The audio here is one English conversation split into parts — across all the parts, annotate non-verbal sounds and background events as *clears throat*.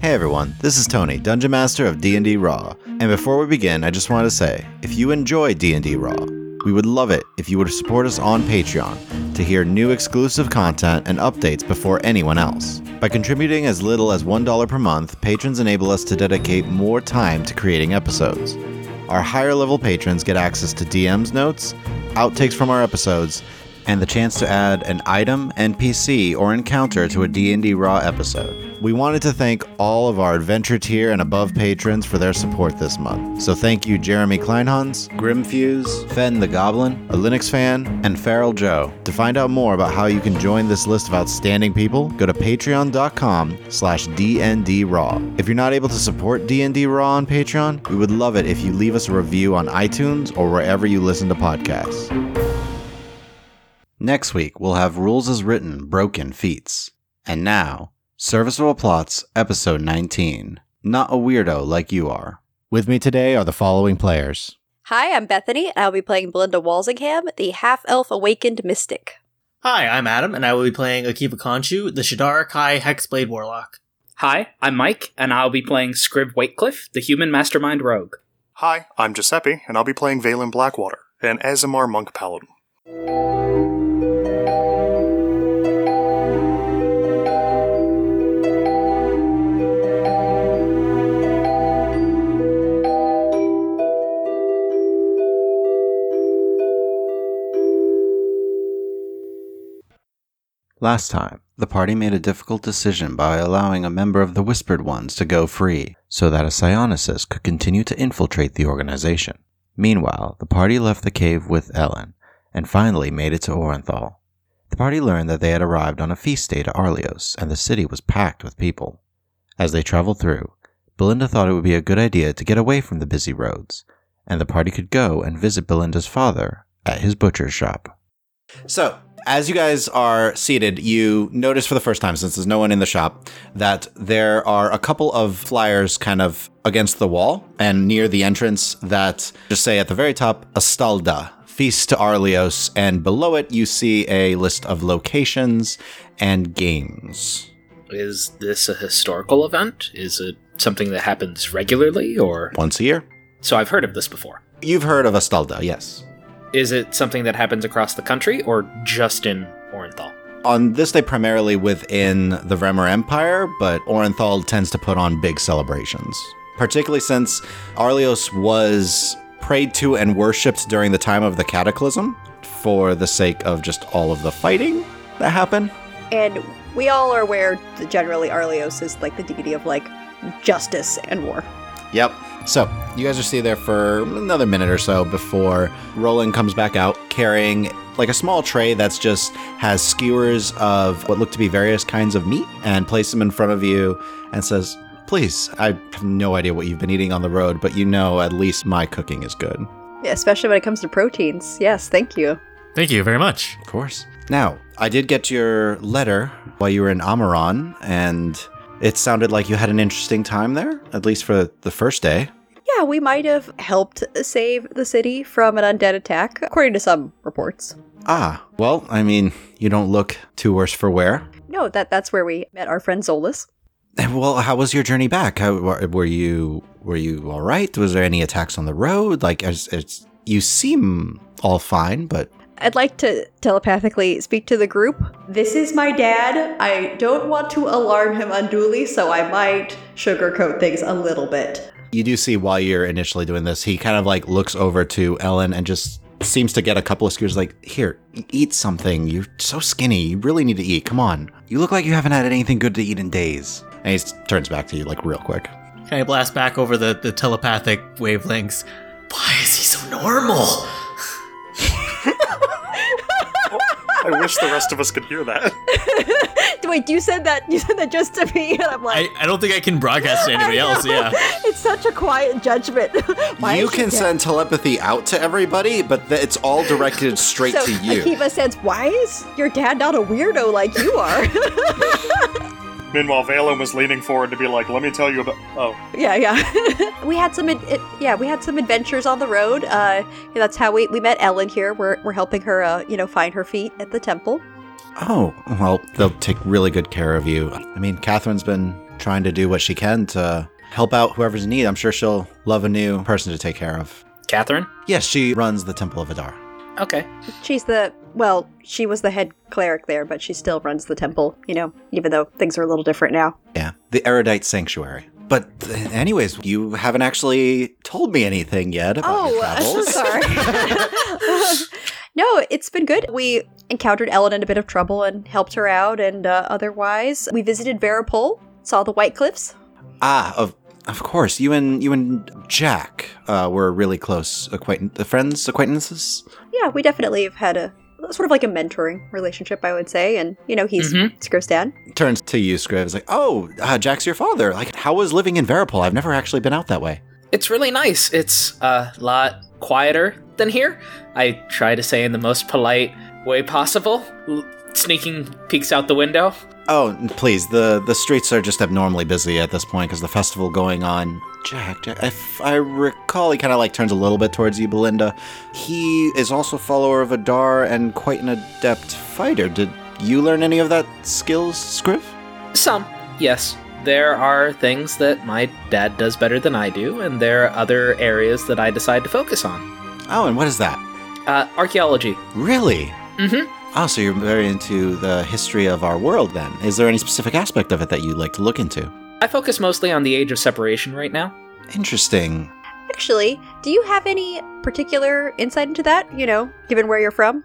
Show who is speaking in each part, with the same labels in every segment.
Speaker 1: Hey everyone, this is Tony, Dungeon Master of D&D Raw. And before we begin, I just wanted to say, if you enjoy D&D Raw, we would love it if you would support us on Patreon to hear new exclusive content and updates before anyone else. By contributing as little as $1 per month, patrons enable us to dedicate more time to creating episodes. Our higher level patrons get access to DM's notes, outtakes from our episodes, and the chance to add an item, NPC, or encounter to a D&D Raw episode. We wanted to thank all of our Adventure tier and above patrons for their support this month. So thank you Jeremy Kleinhans, Grimfuse, Fen the Goblin, a Linux fan, and Feral Joe. To find out more about how you can join this list of outstanding people, go to patreon.com slash dndraw. If you're not able to support D&D Raw on Patreon, we would love it if you leave us a review on iTunes or wherever you listen to podcasts. Next week, we'll have Rules as Written Broken Feats. And now, Serviceable Plots, Episode 19 Not a Weirdo Like You Are. With me today are the following players
Speaker 2: Hi, I'm Bethany, and I'll be playing Belinda Walsingham, the half elf awakened mystic.
Speaker 3: Hi, I'm Adam, and I will be playing Akiba Konshu, the Shadara Kai Hexblade Warlock.
Speaker 4: Hi, I'm Mike, and I'll be playing Scrib Waitcliffe, the human mastermind rogue.
Speaker 5: Hi, I'm Giuseppe, and I'll be playing Valen Blackwater, an Azimar monk paladin.
Speaker 1: Last time, the party made a difficult decision by allowing a member of the Whispered Ones to go free so that a psionicist could continue to infiltrate the organization. Meanwhile, the party left the cave with Ellen and finally made it to Orenthal. The party learned that they had arrived on a feast day to Arlios and the city was packed with people. As they traveled through, Belinda thought it would be a good idea to get away from the busy roads, and the party could go and visit Belinda's father at his butcher's shop. So, as you guys are seated, you notice for the first time, since there's no one in the shop, that there are a couple of flyers kind of against the wall and near the entrance that just say at the very top, Astalda, Feast to Arlios, and below it, you see a list of locations and games.
Speaker 6: Is this a historical event? Is it something that happens regularly or
Speaker 1: Once a year?
Speaker 6: so I've heard of this before.
Speaker 1: You've heard of Astalda, yes.
Speaker 6: Is it something that happens across the country or just in Orenthal?
Speaker 1: On this day, primarily within the Vremer Empire, but Orenthal tends to put on big celebrations. Particularly since Arlios was prayed to and worshipped during the time of the Cataclysm for the sake of just all of the fighting that happened.
Speaker 2: And we all are aware that generally Arlios is like the deity of like justice and war.
Speaker 1: Yep. So, you guys are stay there for another minute or so before Roland comes back out carrying like a small tray that's just has skewers of what look to be various kinds of meat and place them in front of you and says, "Please, I have no idea what you've been eating on the road, but you know at least my cooking is good."
Speaker 2: Yeah, especially when it comes to proteins. Yes, thank you.
Speaker 7: Thank you very much.
Speaker 1: Of course. Now, I did get your letter while you were in Amaran and it sounded like you had an interesting time there, at least for the first day.
Speaker 2: Yeah, we might have helped save the city from an undead attack, according to some reports.
Speaker 1: Ah, well, I mean, you don't look too worse for wear. Eh,
Speaker 2: No, that that's where we met our friend Zolas.
Speaker 1: Well, how was your journey back? How were were you were you all right? Was there any attacks on the road? Like, it's, it's you seem all fine, but
Speaker 2: I'd like to telepathically speak to the group. This is my dad. I don't want to alarm him unduly, so I might sugarcoat things a little bit.
Speaker 1: you do see while you're initially doing this, he kind of like looks over to Ellen and just seems to get a couple of screws. Like, here, e- eat something. You're so skinny. You really need to eat. Come on. You look like you haven't had anything good to eat in days. And he s- turns back to you like real quick.
Speaker 3: Can I blast back over the, the telepathic wavelengths? Why is he so normal?
Speaker 5: I wish the rest of us could hear that.
Speaker 2: *laughs* Wait, you said that you said that just to me, and I'm
Speaker 7: I,
Speaker 2: like,
Speaker 7: I don't think I
Speaker 2: *laughs*
Speaker 7: can broadcast to anybody else. Yeah.
Speaker 3: *laughs*
Speaker 2: it's such a quiet judgment. *laughs* Why
Speaker 1: you
Speaker 2: is she
Speaker 1: can
Speaker 2: dead?
Speaker 1: send telepathy out to everybody, but th- it's all
Speaker 2: *laughs*
Speaker 1: directed straight
Speaker 2: so
Speaker 1: to you.
Speaker 2: Akiva says, "Why is your dad not a weirdo like you are?" *laughs*
Speaker 5: Meanwhile, Valen was leaning forward to be like, let me tell you about. Oh.
Speaker 2: yeah, yeah. *laughs* we had some, ad- it, yeah, we had some adventures on the road. Uh, yeah, that's how we, we met Ellen here. We're we're helping her, uh, you know, find her feet at the temple.
Speaker 1: Oh, well, they'll take really good care of you. I mean, Catherine's been trying to do what she can to help out whoever's in need. I'm sure she'll love a new person to take care of.
Speaker 4: Catherine?
Speaker 1: Yes, she runs the Temple of Adar.
Speaker 4: Okay.
Speaker 2: She's the, well, she was the head cleric there, but she still runs the temple, you know, even though things are a little different now.
Speaker 1: Yeah, the Erudite Sanctuary. But, uh, anyways, you haven't actually told me anything yet about your
Speaker 2: Oh, *laughs*
Speaker 1: travels.
Speaker 2: sorry.
Speaker 1: *laughs*
Speaker 2: no, it's been good. We encountered Ellen in a bit of trouble and helped her out, and uh, otherwise, we visited Varipole, saw the White Cliffs.
Speaker 1: Ah, of of course. You and you and Jack uh, were really close acquaintance, friends, acquaintances.
Speaker 2: Yeah, we definitely have had a sort of like a mentoring relationship, I would say, and you know, he's
Speaker 4: Mhm.
Speaker 2: Scriv's dad.
Speaker 1: Turns to you, Scriv. Is like, oh, uh, Jack's your father. Like, how was living in Veripol? I've never actually been out that way.
Speaker 4: It's really nice. It's a lot quieter than here. I try to say in the most polite way possible. L- Sneaking peeks out the window.
Speaker 1: Oh, n- please. The the streets are just abnormally busy at this point because the festival going on. Jack, Jack, if I recall, he kind of like turns a little bit towards you, Belinda. He is also a follower of Adar and quite an adept fighter. Did you learn any of that skills, Scriv?
Speaker 4: Some, yes. There are things that my dad does better than I do, and there are other areas that I decide to focus on.
Speaker 1: Oh, and what is that?
Speaker 4: Uh, archaeology.
Speaker 1: Really?
Speaker 4: Mhm.
Speaker 1: Oh, so you're very into the history of our world then. Is there any specific aspect of it that you'd like to look into?
Speaker 4: I focus mostly on the age of separation right now.
Speaker 1: Interesting.
Speaker 2: Actually, do you have any particular insight into that? You know, given where you're from?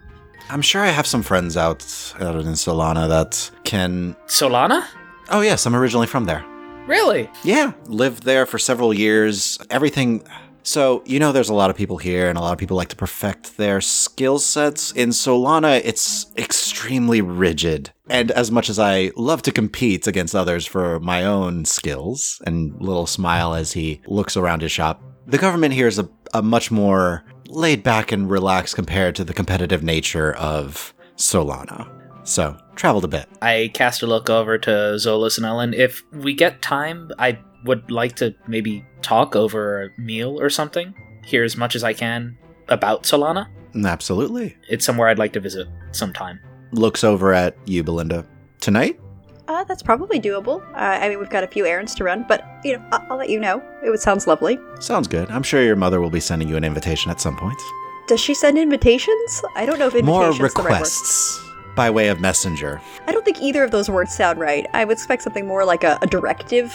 Speaker 1: I'm sure I have some friends out, out in Solana that can.
Speaker 4: Solana?
Speaker 1: Oh, yes, I'm originally from there.
Speaker 4: Really?
Speaker 1: Yeah, lived there for several years. Everything. So, you know, there's a lot of people here, and a lot of people like to perfect their skill sets. In Solana, it's extremely rigid. And as much as I love to compete against others for my own skills, and little smile as he looks around his shop, the government here is a, a much more laid back and relaxed compared to the competitive nature of Solana. So, traveled a bit.
Speaker 4: I cast a look over to Zolos and Ellen. If we get time, I would like to maybe talk over a meal or something, hear as much as I can about Solana.
Speaker 1: Absolutely.
Speaker 4: It's somewhere I'd like to visit sometime.
Speaker 1: Looks over at you, Belinda. Tonight?
Speaker 2: Uh, that's probably doable. Uh, I mean, we've got a few errands to run, but you know, I'll, I'll let you know. It would- sounds lovely.
Speaker 1: Sounds good. I'm sure your mother will be sending you an invitation at some point.
Speaker 2: Does she send invitations? I don't know if
Speaker 1: More
Speaker 2: invitations the right word.
Speaker 1: requests by way of messenger.
Speaker 2: I don't think either of those words sound right. I would expect something more like a, a directive.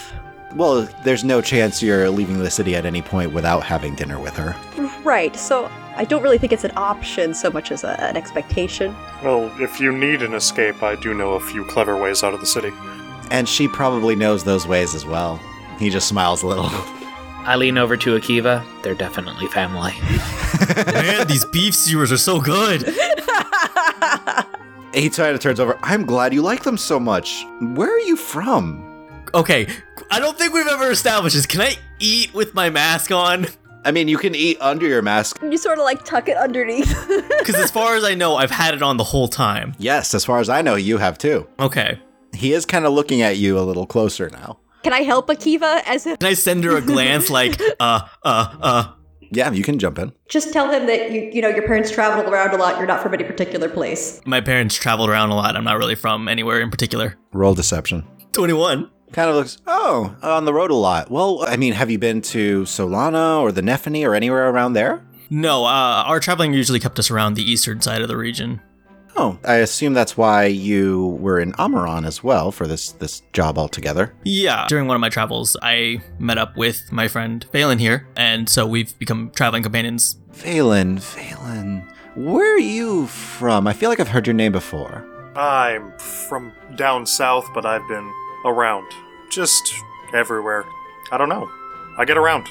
Speaker 1: Well, there's no chance you're leaving the city at any point without having dinner with her.
Speaker 2: Right, so I don't really think it's an option so much as a, an expectation.
Speaker 5: Well, if you need an escape, I do know a few clever ways out of the city.
Speaker 1: And she probably knows those ways as well. He just smiles a little. *laughs*
Speaker 4: I lean over to Akiva. They're definitely family.
Speaker 7: Man, these beef skewers are so good.
Speaker 1: he kind of turns over. I'm glad you like them so much. Where are you from?
Speaker 7: Okay, I don't think we've ever established this. Can I eat with my mask on?
Speaker 1: I mean, you can eat under your mask.
Speaker 2: you sort of like tuck it underneath.
Speaker 7: Because as far as I know, I've had it on the whole time.
Speaker 1: Yes, as far as I know, you have too.
Speaker 7: Okay.
Speaker 1: He is kind of looking at you a little closer now.
Speaker 2: *laughs* Can I help Akiva as if
Speaker 7: Can I send her
Speaker 3: *laughs*
Speaker 7: a glance like, uh, uh, uh?
Speaker 1: Yeah, you can jump in.
Speaker 2: just tell him that you you know your parents traveled around a lot, you're not from any particular place.
Speaker 7: My parents traveled around a lot. I'm not really from anywhere in particular.
Speaker 1: Roll deception.
Speaker 7: 21.
Speaker 1: kind of looks oh on the road a lot well i mean have you been to solana or the nephany or anywhere around there
Speaker 7: No, uh, our traveling usually kept us around the eastern side of the region.
Speaker 1: oh i assume that's why you were in amaron as well for this this job altogether
Speaker 7: Yeah, during one of my travels, I met up with my friend Valen here, and so we've become traveling companions.
Speaker 1: valen valen where are you from i feel like i've heard your name before
Speaker 5: I'm from down south, but I've been around. Just everywhere. I don't know. I get around.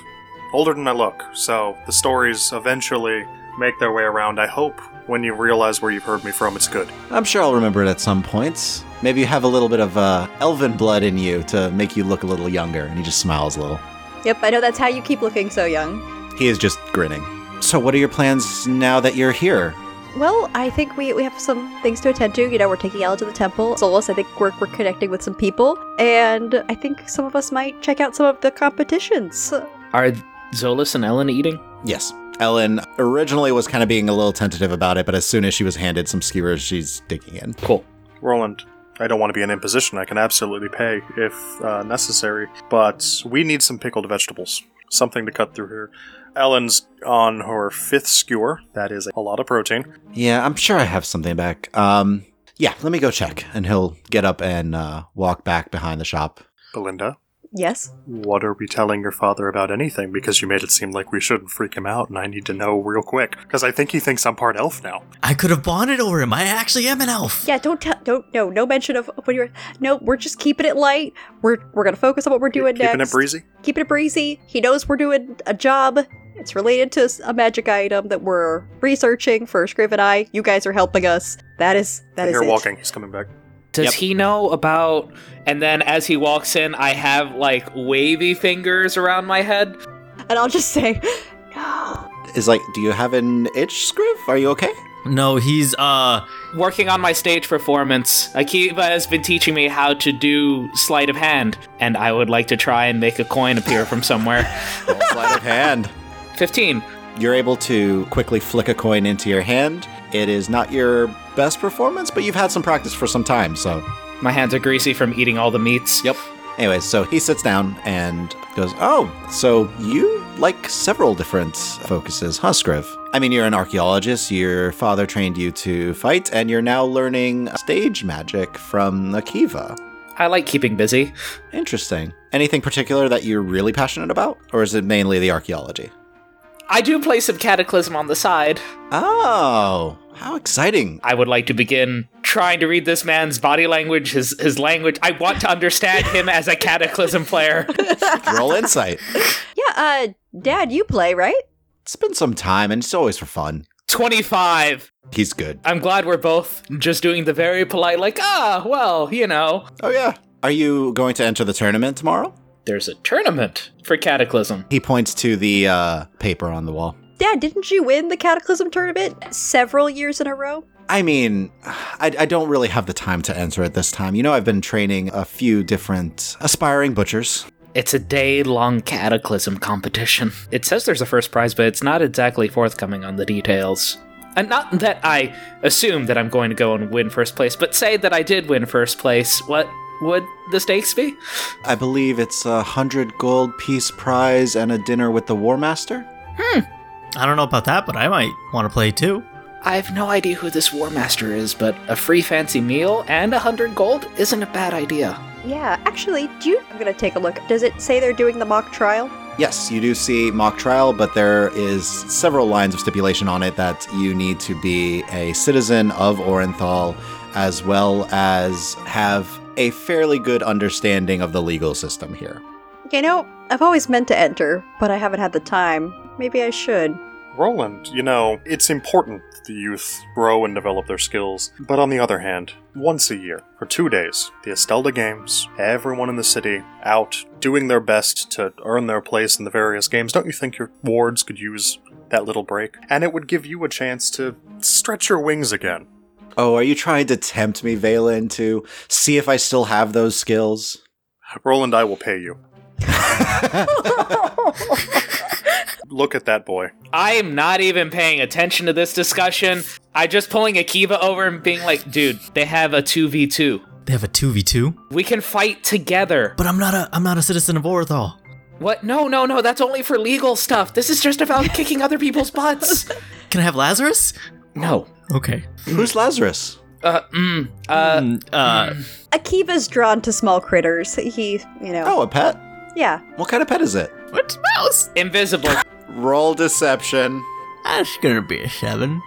Speaker 5: Older than I look, so the stories eventually make their way around. I hope when you realize where you've heard me from, it's good.
Speaker 1: i'm sure i'll remember it at some point maybe you have a little bit of uh, elven blood in you to make you look a little younger and he just smiles a little
Speaker 2: Yep, I know that's how you keep looking so young.
Speaker 1: he is just grinning so what are your plans now that you're here
Speaker 2: Well, I think we, we have some things to attend to. You know, we're taking Ella to the temple. Solus, I think we're, we're connecting with some people. And I think some of us might check out some of the competitions.
Speaker 4: Are Zolos and Ellen eating?
Speaker 1: Yes. Ellen originally was kind of being a little tentative about it, but as soon as she was handed some skewers, she's digging in.
Speaker 4: Cool.
Speaker 5: Roland, I don't want to be an imposition. I can absolutely pay if uh, necessary, but we need some pickled vegetables, something to cut through here. Ellen's on her fifth skewer. That is a lot of protein.
Speaker 1: Yeah, I'm sure I have something back. Um, yeah, let me go check. And he'll get up and uh, walk back behind the shop.
Speaker 5: Belinda,
Speaker 2: Yes?
Speaker 5: what are we telling your father about anything? Because you made it seem like we shouldn't freak him out, and I need to know real quick. Because I think he thinks I'm part elf now.
Speaker 7: I could have bonded over him. I actually am an elf.
Speaker 2: Yeah, don't tell don't no, no mention of what you're no, we're just keeping it light. We're we're gonna focus on what we're doing
Speaker 5: Keeping
Speaker 2: next.
Speaker 5: it breezy.
Speaker 2: Keeping it breezy. He knows we're doing a job. It's related to s- a magic item that we're researching for Scriv and I. You guys are helping us. That is that is
Speaker 5: Here,
Speaker 2: it.
Speaker 5: walking. He's coming back.
Speaker 4: Does
Speaker 1: Yep.
Speaker 4: he know about? And then as he walks in, I have like wavy fingers around my head.
Speaker 2: And I'll just say, *gasps* no.
Speaker 1: Is like, do you have an itch, Scriv? Are you *laughs* okay?
Speaker 7: No, he's uh
Speaker 4: Working on my stage performance, Akiva has been teaching me how to do sleight of hand, and I would like to try and make a coin appear from
Speaker 1: *laughs*
Speaker 4: somewhere.
Speaker 1: Roll sleight of hand.
Speaker 4: 15.
Speaker 1: You're able to quickly flick a coin into your hand. It is not your best performance, but you've had some practice for some time, so.
Speaker 4: My hands are greasy from eating all the meats.
Speaker 1: Yep. Anyway, so he sits down and goes, Oh, so you like several different focuses, huh, Scriv? I mean, you're an archaeologist, your father trained you to fight, and you're now learning stage magic from Akiva.
Speaker 4: I like keeping busy.
Speaker 1: Interesting. Anything particular that you're really passionate about? Or is it mainly the archaeology?
Speaker 4: I do play some Cataclysm on the side.
Speaker 1: Oh, how exciting. *laughs*
Speaker 4: I would like to begin trying to read this man's body language, his, his language. I want to understand him as a Cataclysm player.
Speaker 1: Roll insight.
Speaker 2: Yeah, uh, Dad, you play, right?
Speaker 1: It's been some time, and it's always for fun.
Speaker 4: 25.
Speaker 1: He's good.
Speaker 4: I'm glad we're both just doing the very polite, like, ah, well, you know.
Speaker 1: Oh, yeah. Are you going to enter the tournament tomorrow?
Speaker 4: There's a tournament for Cataclysm.
Speaker 1: He points to the uh, paper on the wall.
Speaker 2: Dad, didn't you win the Cataclysm tournament several years in a row?
Speaker 1: I mean, I, I don't really have the time to enter it this time. You know, I've been training a few different aspiring butchers.
Speaker 4: It's a day long Cataclysm competition. It says there's a first prize, but it's not exactly forthcoming on the details. And not that I assume that I'm going to go and win first place, but say that I did win first place, what would the stakes be?
Speaker 1: I believe it's a hundred gold piece prize and a dinner with the War Master.
Speaker 7: I don't know about that, but I might want to play too.
Speaker 4: I have no idea who this War Master is, but a free fancy meal and a hundred gold isn't a bad idea.
Speaker 2: Yeah, actually, do you? I'm gonna take a look. Does it say they're doing the mock trial?
Speaker 1: Yes, you do see mock trial, but there is several lines of stipulation on it that you need to be a citizen of Orenthal, as well as have a fairly good understanding of the legal system here.
Speaker 2: You know, I've always meant to enter, but I haven't had the time. Maybe I should.
Speaker 5: Roland, you know, it's important that the youth grow and develop their skills, but on the other hand, once a year, for two days, the Estelda Games, everyone in the city out doing their best to earn their place in the various games, don't you think your wards could use that little break? And it would give you a chance to stretch your wings again.
Speaker 1: Oh, are you trying to tempt me, Valen, to see if I still have those *clears throat* skills?
Speaker 5: Roland, I will pay you. Look at that boy.
Speaker 4: I am not even paying attention to this discussion. I just pulling Akiva over and being like, dude, they have a 2v2.
Speaker 7: They have a 2v2.
Speaker 4: We can fight together.
Speaker 7: But I'm not a I'm not a citizen of Orenthal.
Speaker 4: What? No, no, no, that's only for legal stuff. This is just about kicking other people's *laughs* butts.
Speaker 7: Can I have Lazarus?
Speaker 4: No.
Speaker 7: Okay.
Speaker 1: Who's Lazarus?
Speaker 4: Uh, mm, uh,
Speaker 7: Mm, uh,
Speaker 2: Akiva's drawn to small critters. He, you know.
Speaker 1: Oh, a pet?
Speaker 2: Yeah.
Speaker 1: What kind of pet is it?
Speaker 7: what mouse?
Speaker 4: invisible.
Speaker 1: Roll deception.
Speaker 7: That's gonna be a seven.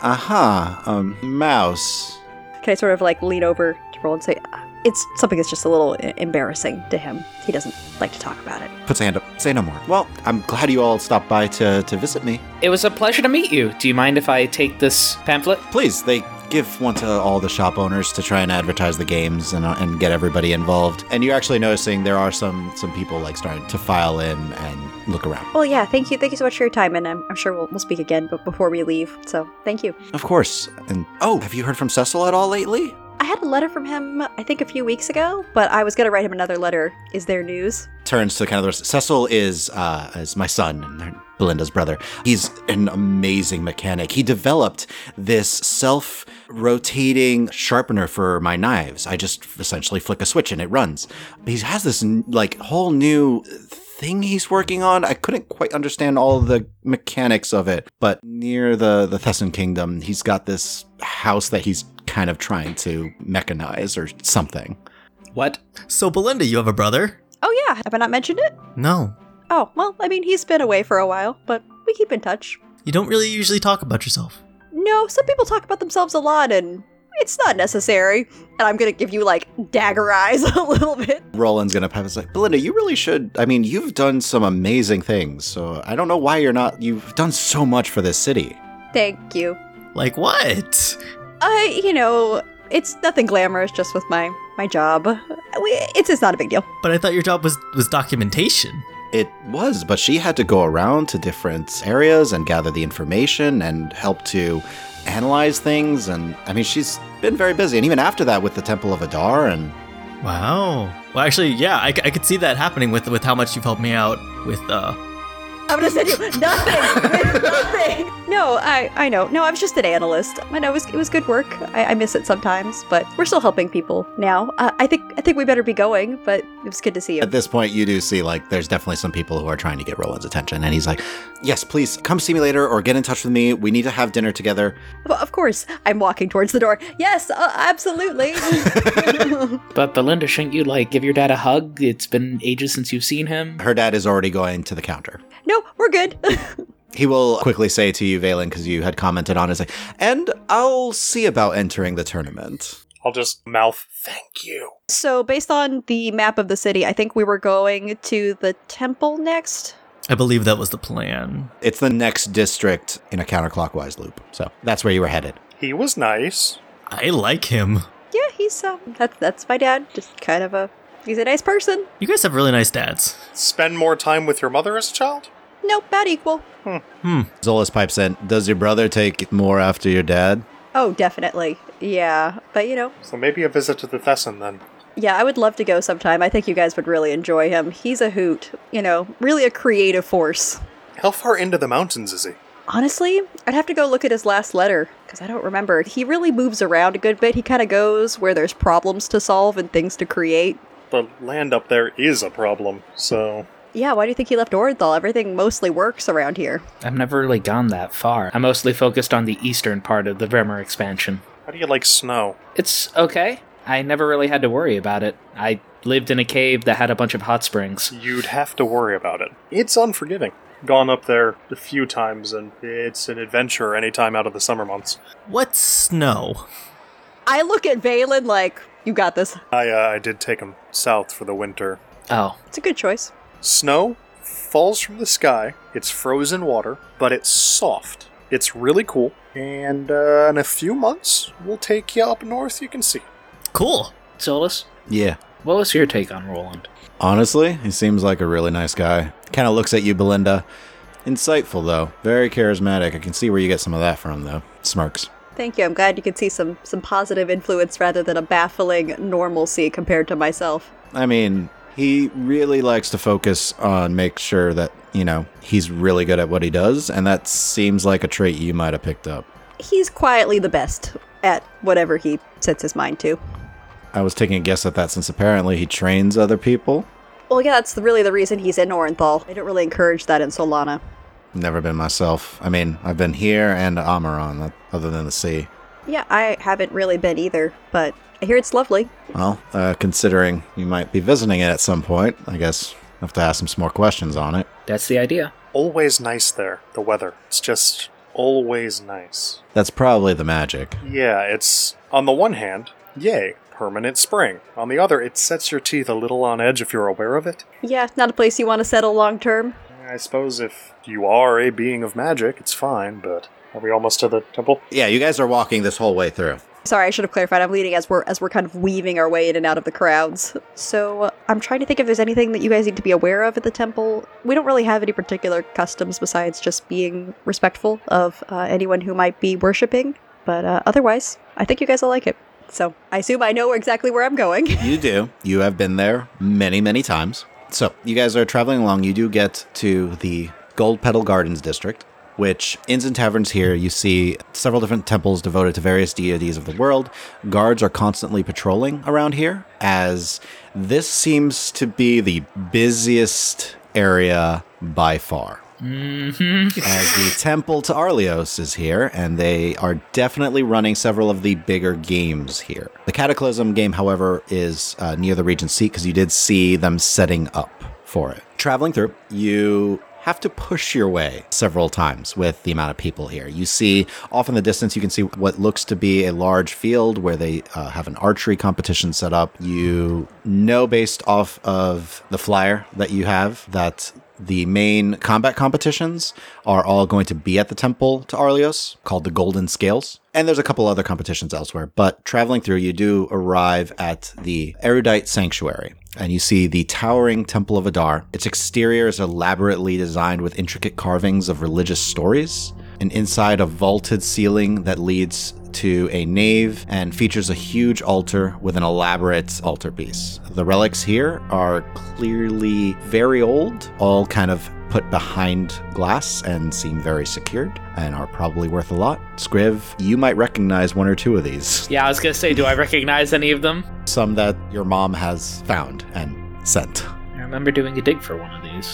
Speaker 1: Aha, um, mouse.
Speaker 2: Can I sort of like lean over to Roland and say, "Ah, it's something that's just a little e- embarrassing to him. He doesn't like to talk about it.
Speaker 1: Puts a hand up. Say no more. Well, I'm glad you all stopped by to, to visit me.
Speaker 4: It was a pleasure to meet you. Do you mind if I take this pamphlet?
Speaker 1: Please, they give one to all the shop owners to try and advertise the games and, and get everybody involved. And you're actually noticing there are some some people like starting to file in and look around.
Speaker 2: Well, yeah, thank you. Thank you so much for your time, and I'm, I'm sure we'll, we'll speak again, but before we leave, so thank you.
Speaker 1: Of course. And oh, have you heard from Cecil at all lately?
Speaker 2: I had a letter from him, I think, a few weeks ago, but I was going to write him another letter. Is there news?
Speaker 1: turns to kind of the rest. Cecil is uh, is my son and Belinda's brother. He's an amazing mechanic. He developed this self rotating sharpener for my knives. I just essentially flick a switch and it runs. He has this n- like whole new thing he's working on. I couldn't quite understand all the mechanics of it, but near the the Thessan kingdom, he's got this house that he's kind of trying to mechanize or something.
Speaker 4: What?
Speaker 7: So, Belinda, you have a brother?
Speaker 2: Oh, yeah. Have I not mentioned it?
Speaker 7: No.
Speaker 2: Oh, well, I mean, he's been away for a while, but we keep in touch.
Speaker 7: You don't really usually talk about yourself.
Speaker 2: No, some people talk about themselves a lot, and it's not necessary. And I'm going to give you, like, dagger eyes *laughs* a little bit.
Speaker 1: Roland's gonna pop. It's like Belinda, you really should. I mean, you've done some amazing things, so I don't know why you're not. You've done so much for this city.
Speaker 2: Thank you.
Speaker 7: Like, what?
Speaker 2: I, you know, it's nothing glamorous just with my my job. We, it's, it's not a big deal.
Speaker 7: But I thought your job was, was documentation.
Speaker 1: It was, but she had to go around to different areas and gather the information and help to analyze things. And I mean, she's been very busy, and even after that, with the Temple of Adar, and
Speaker 7: Wow. Well, actually, yeah, I, c- I could see that happening with, with how much you've helped me out with, uh,
Speaker 2: I'm gonna send you *laughs* nothing. with nothing. No, I I know. No, I was just an analyst. I know it was, it was good work. I, I miss it sometimes, but we're still helping people now. Uh, I think I think we better be going. But it was good to see you.
Speaker 1: at this point, you do see like there's definitely some people who are trying to get Roland's attention, and he's like, "Yes, please come see me later, or get in touch with me. We need to have dinner together."
Speaker 2: Well, of course, I'm walking towards the door. Yes, uh, absolutely. *laughs*
Speaker 4: But Belinda, shouldn't you like give your dad a hug? It's been ages since you've seen him.
Speaker 1: Her dad is already going to the counter.
Speaker 2: no, we're good. *laughs*
Speaker 1: He will quickly say to you, Valen, because you had commented on it, like, and I'll see about entering the tournament.
Speaker 5: I'll just mouth, thank you.
Speaker 2: so, based on the map of the city, I think we were going to the temple next.
Speaker 7: I believe that was the plan.
Speaker 1: It's the next district in a counterclockwise loop. So that's where you were headed.
Speaker 5: He was nice.
Speaker 7: I like him.
Speaker 2: Yeah, he's um, that's that's my dad. Just kind of a he's a nice person.
Speaker 7: You guys have really nice dads.
Speaker 5: Spend more time with your mother as a child?
Speaker 2: No, bad equal.
Speaker 1: Zolas pipes in, Does your brother take more after your dad?
Speaker 2: Oh, definitely. Yeah, but you know,
Speaker 5: So maybe a visit to the Thessan then.
Speaker 2: yeah, I would love to go sometime. I think you guys would really enjoy him. He's a hoot. You know, really a creative force.
Speaker 5: How far into the mountains is he?
Speaker 2: Honestly, I'd have to go look at his last letter because I don't remember. He really moves around a good bit. He kind of goes where there's problems to solve and things to create.
Speaker 5: The land up there is a problem, so.
Speaker 2: Yeah, why do you think he left Orenthal? Everything mostly works around here.
Speaker 4: I've never really gone that far. I'm mostly focused on the eastern part of the Bremer expansion.
Speaker 5: How do you like snow?
Speaker 4: It's okay. I never really had to worry about it. I lived in a cave that had a bunch of hot springs.
Speaker 5: You'd have to worry about it. It's unforgiving. Gone up there a few times, and it's an adventure any time out of the summer months.
Speaker 7: What's snow?
Speaker 2: I look at Valen like, you got this.
Speaker 5: I, uh, I did take him south for the winter.
Speaker 4: Oh,
Speaker 2: It's a good choice.
Speaker 5: Snow falls from the sky. It's frozen water, but it's soft. It's really cool. And uh, in a few months, we'll take you up north. You can see.
Speaker 7: Cool.
Speaker 4: Solus,
Speaker 1: Yeah.
Speaker 4: what was your take on Roland?
Speaker 1: Honestly, he seems like a really nice guy. Kind of looks at you, Belinda. Insightful, though. Very charismatic. I can see where you get some of that from, though. Smirks.
Speaker 2: Thank you. I'm glad you could see some some positive influence rather than a baffling normalcy compared to myself.
Speaker 1: I mean, he really likes to focus on make sure that, you know, he's really good at what he does, and that seems like a trait you might have picked up.
Speaker 2: He's quietly the best at whatever he sets his mind to.
Speaker 1: I was taking a guess at that since apparently he trains other people.
Speaker 2: Well, yeah, that's the, really the reason he's in Orenthal. I don't really encourage that in Solana.
Speaker 1: Never been myself. I mean, I've been here and Amaron, that- other than the sea.
Speaker 2: Yeah, I haven't really been either, but I hear it's lovely.
Speaker 1: Well, uh, considering you might be visiting it at some point, I guess I have to ask him some more questions on it.
Speaker 4: That's the idea.
Speaker 5: Always nice there. The weather. It's just always nice.
Speaker 1: That's probably the magic.
Speaker 5: Yeah, it's on the one hand, yay, permanent spring. On the other, it sets your teeth a little on edge if you're aware of it.
Speaker 2: Yeah, not a place you want to settle long term.
Speaker 5: I suppose if you are a being of magic, it's fine. But are we almost to the temple?
Speaker 1: Yeah, you guys are walking this whole way through.
Speaker 2: Sorry, I should have clarified. I'm leading as we're as we're kind of weaving our way in and out of the crowds. So uh, I'm trying to think if there's anything that you guys need to be aware of at the temple. We don't really have any particular customs besides just being respectful of uh, anyone who might be worshiping. But uh, otherwise, I think you guys will like it. So I assume I know exactly where I'm going. *laughs*
Speaker 1: *laughs* You do. You have been there many, many times. So you guys are traveling along. You do get to the Gold Petal Gardens district, which inns and taverns here. You see several different temples devoted to various deities of the world. Guards are constantly patrolling around here, as this seems to be the busiest area by far as Uh, the temple to Arlios is here, and they are definitely running several of the bigger games here. The Cataclysm game, however, is uh, near the Regent's Seat because you did see them setting up for it. Traveling through, you have to push your way several times with the amount of people here. You see, off in the distance, you can see what looks to be a large field where they uh, have an archery competition set up. You know, based off of the flyer that you have, that the main combat competitions are all going to be at the temple to Arlios called the Golden Scales. And there's a couple other competitions elsewhere, but traveling through, you do arrive at the Erudite Sanctuary. And you see the towering Temple of Adar. Its exterior is elaborately designed with intricate carvings of religious stories, and inside a vaulted ceiling that leads to a nave and features a huge altar with an elaborate altarpiece. The relics here are clearly very old, all kind of put behind glass and seem very secured and are probably worth a lot. Scriv, you might recognize one or two of these,
Speaker 4: Yeah, I was gonna say, do I recognize any of them?
Speaker 1: some that your mom has found and sent.
Speaker 4: I remember doing a dig for one of these.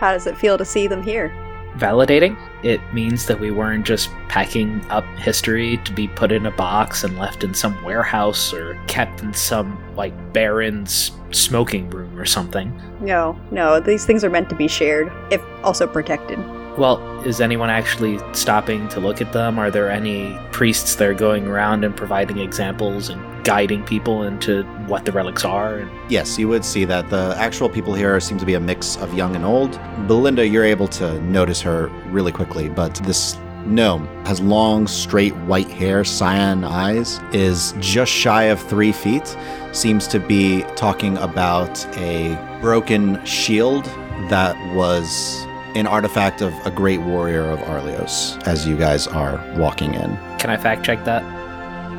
Speaker 2: How does it feel to see them here?
Speaker 4: Validating? It means that we weren't just packing up history to be put in a box and left in some warehouse or kept in some, like, baron's smoking room or something.
Speaker 2: No, no, these things are meant to be shared, if also protected.
Speaker 4: Well, is anyone actually stopping to look at them? Are there any priests that are going around and providing examples and guiding people into what the relics are? And
Speaker 1: Yes, you would see that the actual people here seem to be a mix of young and old. Belinda, you're able to notice her really quickly, but this gnome has long, straight white hair, cyan eyes, is just shy of three feet, seems to be talking about a broken shield that was an artifact of a great warrior of Arlios as you guys are walking in.
Speaker 4: can I fact check that?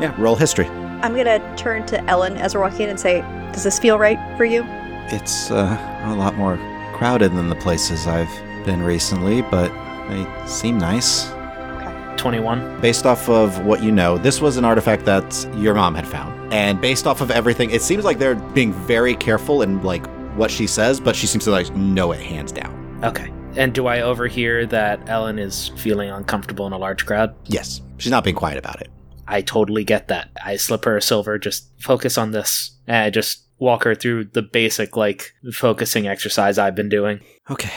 Speaker 1: Yeah, roll history.
Speaker 2: I'm gonna turn to Ellen as we're walking in and say, Does this feel right for you?
Speaker 1: It's uh, a lot more crowded than the places I've been recently, but they seem nice.
Speaker 4: 21.
Speaker 1: Based off of what you know, this was an artifact that your mom had found. And based off of everything, it seems like they're being very careful in like what she says, but she seems to like know it hands down.
Speaker 4: Okay. And do I overhear that Ellen is feeling uncomfortable in a large crowd?
Speaker 1: Yes, she's not being quiet about it.
Speaker 4: I totally get that. I slip her a silver, just focus on this, and I just walk her through the basic, like, focusing exercise I've been doing.
Speaker 1: Okay.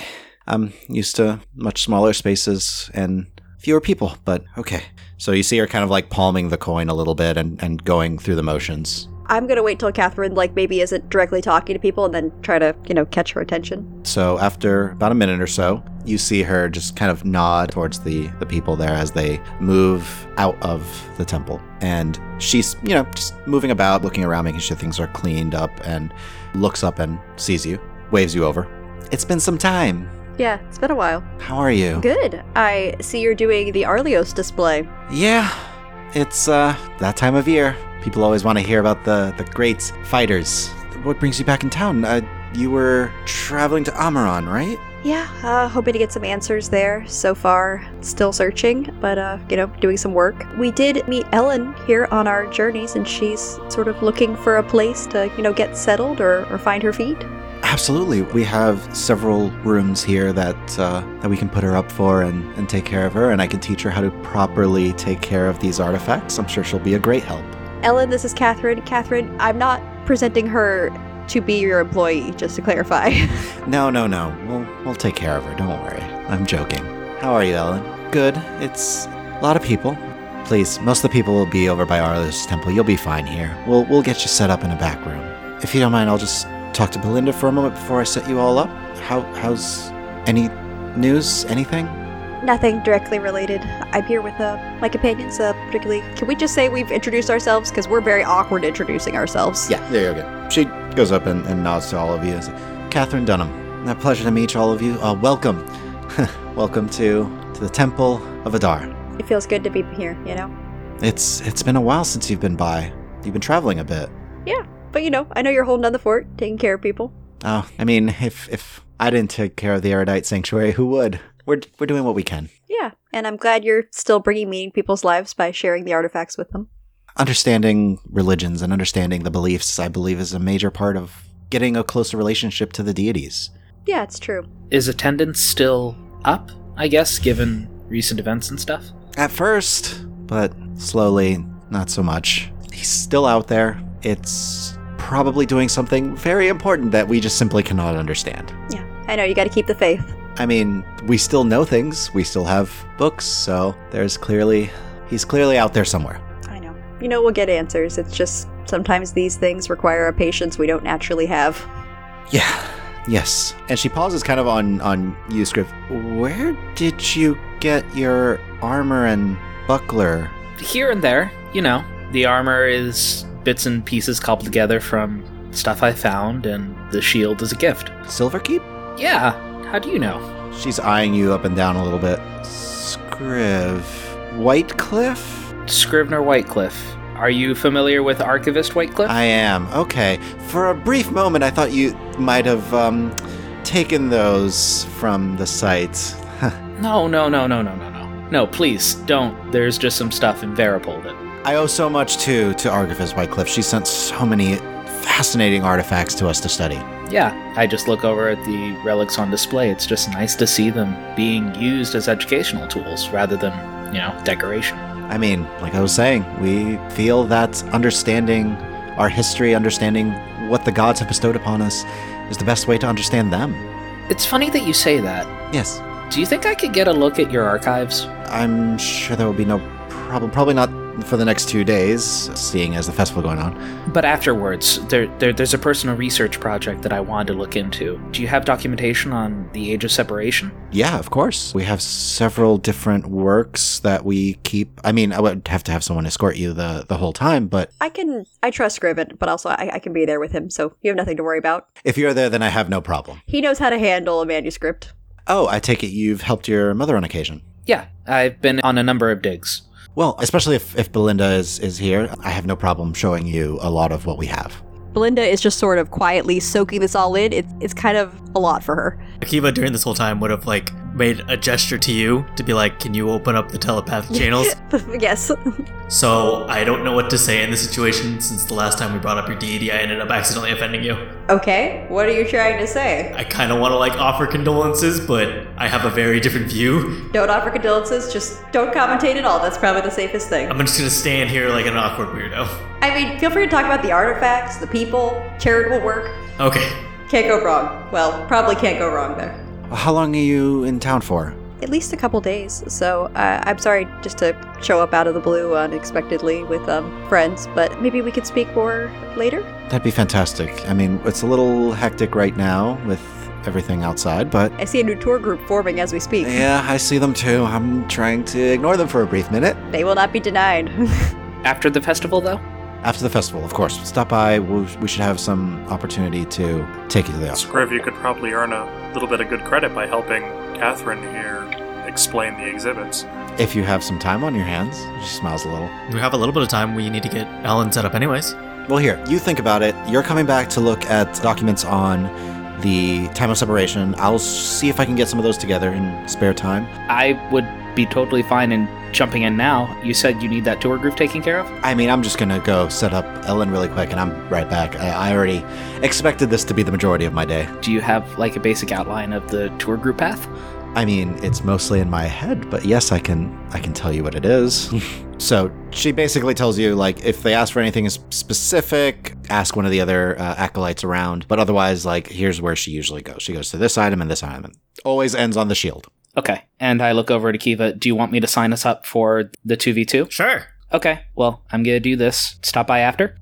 Speaker 1: I'm used to much smaller spaces and fewer people, but okay. So you see her kind of like palming the coin a little bit and, and going through the motions.
Speaker 2: I'm gonna wait till Catherine, like, maybe isn't directly talking to people and then try to, you know, catch her attention.
Speaker 1: So after about a minute or so, you see her just kind of nod towards the the people there as they move out of the temple. And she's, you know, just moving about, looking around, making sure things are cleaned up and looks up and sees you, waves you over. It's been some time.
Speaker 2: Yeah, it's been a while.
Speaker 1: How are you?
Speaker 2: Good. I see you're doing the Arlios display.
Speaker 1: Yeah. It's uh that time of year. People always want to hear about the the great fighters. What brings you back in town? Uh, you were traveling to Amaron, right?
Speaker 2: Yeah, uh, hoping to get some answers there. So far, still searching, but uh, you know, doing some work. We did meet Ellen here on our journeys, and she's sort of looking for a place to, you know, get settled or, or find her feet.
Speaker 1: Absolutely. We have several rooms here that uh, that we can put her up for and, and take care of her, and I can teach her how to properly take care of these artifacts. I'm sure she'll be a great help.
Speaker 2: Ellen, this is Catherine. Catherine, I'm not presenting her to be your employee, just to clarify. *laughs*
Speaker 1: No, no, no. We'll we'll take care of her. Don't worry. I'm joking. How are you, Ellen? Good. It's a lot of people. Please, most of the people will be over by Arlo's temple. You'll be fine here. We'll we'll get you set up in a back room. If you don't mind, I'll just talk to Belinda for a moment before I set you all up. How how's any news? Anything?
Speaker 2: Nothing directly related. I'm here with uh, my companions, uh, particularly. Can we just say we've introduced ourselves? Because we're very awkward introducing ourselves.
Speaker 1: Yeah, there you go. She goes up and, and nods to all of you. and says, Catherine Dunham, a pleasure to meet all of you. Uh, welcome. *laughs* welcome to, to the Temple of Adar.
Speaker 2: It feels good to be here, you know?
Speaker 1: It's It's been a while since you've been by. You've been traveling a bit.
Speaker 2: But you know, I know you're holding down the fort, taking care of people.
Speaker 1: Oh, I mean, if if I didn't take care of the Erudite Sanctuary, who would? We're we're doing what we can.
Speaker 2: Yeah, and I'm glad you're still bringing meaning to people's lives by sharing the artifacts with them.
Speaker 1: Understanding religions and understanding the beliefs, I believe, is a major part of getting a closer relationship to the deities.
Speaker 2: Yeah, it's true.
Speaker 4: Is attendance still up, I guess, given recent events and stuff?
Speaker 1: At first, but slowly, not so much. He's still out there. It's probably doing something very important that we just simply cannot understand.
Speaker 2: Yeah, I know you got to keep the faith.
Speaker 1: I mean, we still know things. We still have books, so there's clearly he's clearly out there somewhere.
Speaker 2: I know. You know, we'll get answers. It's just sometimes these things require a patience we don't naturally have.
Speaker 1: Yeah. Yes. And she pauses kind of on on you, Scriv. Where did you get your armor and buckler?
Speaker 4: Here and there, you know, the armor is bits and pieces cobbled together from stuff I found, and the shield is a gift.
Speaker 1: Silverkeep?
Speaker 4: Yeah, how do you know?
Speaker 1: She's eyeing you up and down a little bit. Scriv. Whitecliff?
Speaker 4: Scrivener Whitecliff. Are you familiar with Archivist Whitecliff?
Speaker 1: I am. Okay. For a brief moment, I thought you might have um, taken those from the site.
Speaker 4: No, no, no, no, no, no, no. No, please don't. There's just some stuff in Varipol that.
Speaker 1: I owe so much to to Archivist Wycliffe. She sent so many fascinating artifacts to us to study.
Speaker 4: Yeah, I just look over at the relics on display. It's just nice to see them being used as educational tools rather than, you know, decoration.
Speaker 1: I mean, like I was saying, we feel that understanding our history, understanding what the gods have bestowed upon us, is the best way to understand them.
Speaker 4: It's funny that you say that.
Speaker 1: Yes,
Speaker 4: Do you think I could get a look at your archives?
Speaker 1: I'm sure there will be no problem. Probably not for the next two days, seeing as the festival going on.
Speaker 4: But afterwards, there, there there's a personal research project that I wanted to look into. Do you have documentation on the age of separation?
Speaker 1: Yeah, of course. We have several different works that we keep. I mean, I would have to have someone escort you the, the whole time, but
Speaker 2: I can, I trust Graven, but also I, I can be there with him, so you have nothing to worry about.
Speaker 1: if you're there, then I have no problem.
Speaker 2: He knows how to handle a manuscript.
Speaker 1: Oh, I take it you've helped your mother on occasion.
Speaker 4: Yeah, I've been on a number of digs.
Speaker 1: Well, especially if, if Belinda is, is here, I have no problem showing you a lot of what we have.
Speaker 2: Belinda is just sort of quietly soaking this all in. It's, it's kind of a lot for her.
Speaker 7: Akiva during this whole time would have like made a gesture to you to be like, "Can you open up the telepathic channels?"
Speaker 2: *laughs* yes.
Speaker 7: so I don't know what to say in this situation since the last time we brought up your deity, I ended up accidentally offending you.
Speaker 2: Okay, what are you trying to say?
Speaker 7: I kind of want to like offer condolences, but I have a very different view.
Speaker 2: Don't offer condolences, just don't commentate at all. That's probably the safest thing.
Speaker 7: I'm just gonna stand here like an awkward weirdo.
Speaker 2: I mean, feel free to talk about the artifacts, the people, charitable work.
Speaker 7: Okay,
Speaker 2: Can't go wrong. Well, probably can't go wrong there.
Speaker 1: How long are you in town for?
Speaker 2: At least a couple days, so uh, I'm sorry just to show up out of the blue unexpectedly with um, friends, but maybe we could speak more later?
Speaker 1: That'd be fantastic. I mean, it's a little hectic right now with everything outside, but
Speaker 2: I see a new tour group forming as we speak.
Speaker 1: yeah, I see them too. I'm trying to ignore them for a brief minute.
Speaker 2: They will not be denied. *laughs*
Speaker 4: After the festival, though?
Speaker 1: After the festival, of course. Stop by. We'll, we should have some opportunity to take you to the office.
Speaker 5: Scriv, you could probably earn a little bit of good credit by helping Catherine here explain the exhibits.
Speaker 1: If you have some time on your hands, she smiles a little.
Speaker 7: we have a little bit of time. We need to get Ellen set up, anyways.
Speaker 1: Well, here, you think about it. You're coming back to look at documents on the time of separation. I'll see if I can get some of those together in spare time.
Speaker 4: I would be totally fine in jumping in now. You said you need that tour group taken care of?
Speaker 1: I mean, I'm just gonna go set up Ellen really quick, and I'm right back. I, I already expected this to be the majority of my day.
Speaker 4: Do you have like a basic outline of the tour group path?
Speaker 1: I mean, it's mostly in my head, but yes, I can I can tell you what it *laughs* is. so she basically tells you like if they ask for anything specific, ask one of the other uh, acolytes around. But otherwise, like here's where she usually goes. She goes to this item and this item. And always ends on the shield.
Speaker 4: Okay. And I look over to Kiva. Do you want me to sign us up for the 2v2?
Speaker 7: Sure.
Speaker 4: Okay. Well, I'm going to do this. Stop by after?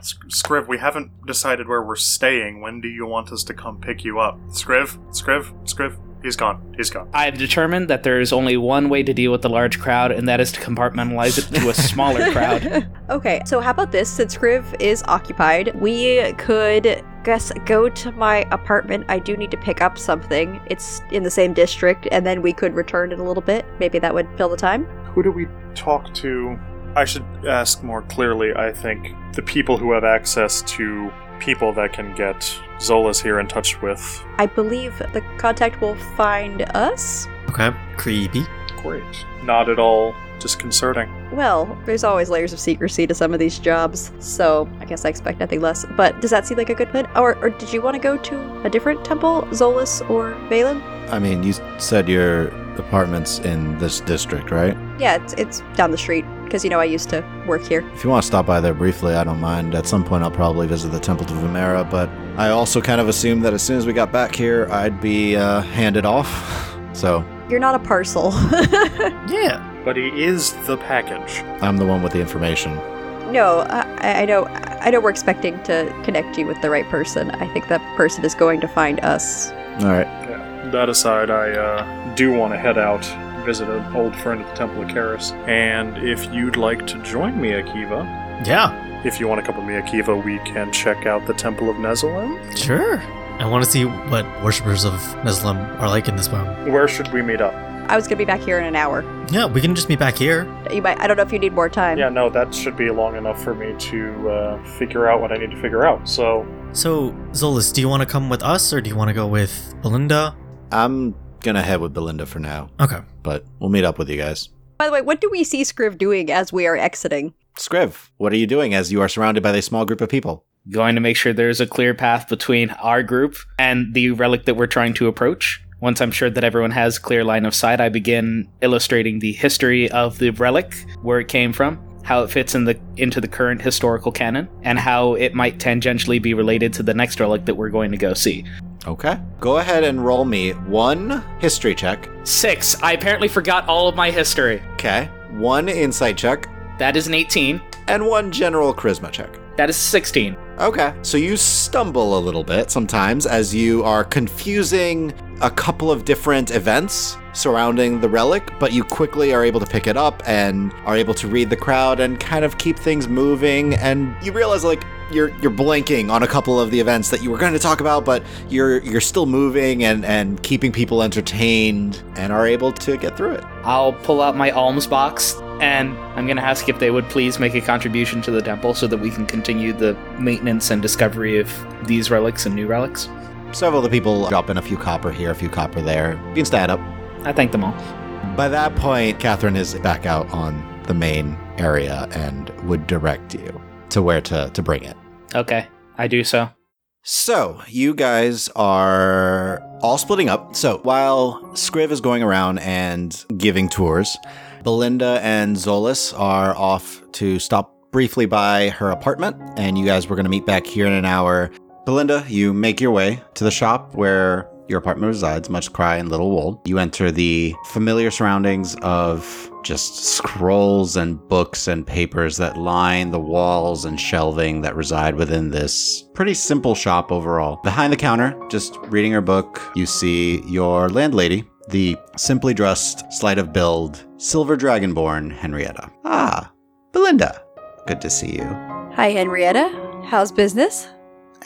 Speaker 5: S- Scriv, we haven't decided where we're staying. When do you want us to come pick you up? Scriv, Scriv, Scriv. He's gone. He's gone.
Speaker 4: I have determined that there is only one way to deal with the large crowd, and that is to compartmentalize it to a smaller
Speaker 2: *laughs*
Speaker 4: crowd.
Speaker 2: okay, so how about this? Since Griv is occupied, we could guess go to my apartment. I do need to pick up something. It's in the same district, and then we could return in a little bit. Maybe that would fill the time.
Speaker 5: Who do we talk to I should ask more clearly. I think the people who have access to people that can get Zolas here in touch with.
Speaker 2: I believe the contact will find us.
Speaker 7: Okay. Creepy.
Speaker 5: Great. Not at all disconcerting.
Speaker 2: Well, there's always layers of secrecy to some of these jobs, so I guess I expect nothing less. But does that seem like a good plan? Or, or did you want to go to a different temple, Zolas or Valen?
Speaker 1: I mean, you said your apartment's in this district, right?
Speaker 2: Yeah, it's, it's down the street because you know I used to work here.
Speaker 1: If you want to stop by there briefly, I don't mind. At some point, I'll probably visit the Temple to Vimera, but I also kind of assumed that as soon as we got back here, I'd be uh, handed off. *laughs* So
Speaker 2: You're not a parcel. *laughs*
Speaker 7: Yeah.
Speaker 5: But he is the package.
Speaker 1: I'm the one with the information.
Speaker 2: no, I, I know. I know we're expecting to connect you with the right person. I think that person is going to find us.
Speaker 1: All right.
Speaker 5: That aside, I uh, do want to head out, visit an old friend at the Temple of Karis, and if you'd like to join me, Akiva,
Speaker 7: Yeah.
Speaker 5: if you want to come with me, Akiva, we can check out the Temple of Nezalim.
Speaker 7: Sure. I want to see what worshippers of Muslim are like in this realm.
Speaker 5: Where should we meet up?
Speaker 2: I was gonna be back here in an hour.
Speaker 7: Yeah, we can just meet back here.
Speaker 2: You might. I don't know if you need more time.
Speaker 5: Yeah, no, that should be long enough for me to uh, figure out what I need to figure out. So,
Speaker 7: So, Zolas, do you want to come with us or do you want to go with Belinda?
Speaker 1: I'm going to head with Belinda for now,
Speaker 7: Okay.
Speaker 1: but we'll meet up with you guys.
Speaker 2: By the way, what do we see Scriv doing as we are exiting?
Speaker 1: Scriv, what are you doing as you are surrounded by a small group of people?
Speaker 4: Going to make sure there's a clear path between our group and the relic that we're trying to approach. Once I'm sure that everyone has clear line of sight, I begin illustrating the history of the relic, where it came from, how it fits in the into the current historical canon, and how it might tangentially be related to the next relic that we're going to go see.
Speaker 1: Okay. Go ahead and roll me one history check.
Speaker 4: Six. I apparently forgot all of my history.
Speaker 1: Okay. One insight check
Speaker 4: That is an 18.
Speaker 1: and one general charisma check.
Speaker 4: That is 16.
Speaker 1: Okay. So you stumble a little bit sometimes as you are confusing a couple of different events surrounding the relic, but you quickly are able to pick it up and are able to read the crowd and kind of keep things moving and you realize like you're you're blanking on a couple of the events that you were going to talk about, but you're you're still moving and and keeping people entertained and are able to get through it.
Speaker 4: I'll pull out my alms box and I'm going to ask if they would please make a contribution to the temple so that we can continue the maintenance and discovery of these relics and new relics.
Speaker 1: Several of the people drop in a few copper here, a few copper there. You can stand up.
Speaker 4: I thank them all.
Speaker 1: By that point, Catherine is back out on the main area and would direct you to where to, to bring it.
Speaker 4: Okay, I do so.
Speaker 1: So, you guys are all splitting up. So, while Scriv is going around and giving tours, Belinda and Zolas are off to stop briefly by her apartment, and you guys were going to meet back here in an hour. Belinda, you make your way to the shop where your apartment resides, Much Cry and Little Wold. You enter the familiar surroundings of just scrolls and books and papers that line the walls and shelving that reside within this pretty simple shop overall. Behind the counter, just reading her book, you see your landlady, the simply dressed, slight of build, silver dragonborn Henrietta. Ah, Belinda, good to see you.
Speaker 2: Hi, Henrietta. How's business?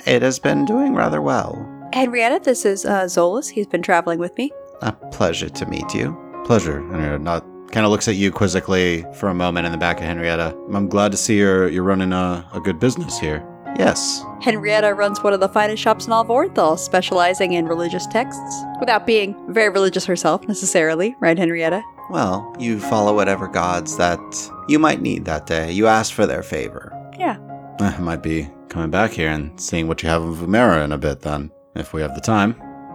Speaker 1: It has been doing rather well.
Speaker 2: Henrietta, this is uh, Zolas. He's been traveling with me.
Speaker 1: A pleasure to meet you. Pleasure. Henrietta not kind of looks at you quizzically for a moment in the back of Henrietta. I'm glad to see you're you're running a, a good business here. Yes.
Speaker 2: Henrietta runs one of the finest shops in all of Orenthal, specializing in religious texts, without being very religious herself necessarily, right, Henrietta?
Speaker 1: Well, you follow whatever gods that you might need that day. You ask for their favor.
Speaker 2: Yeah.
Speaker 1: Eh, I might be coming back here and seeing what you have of Vumera in a bit then, if we have the time.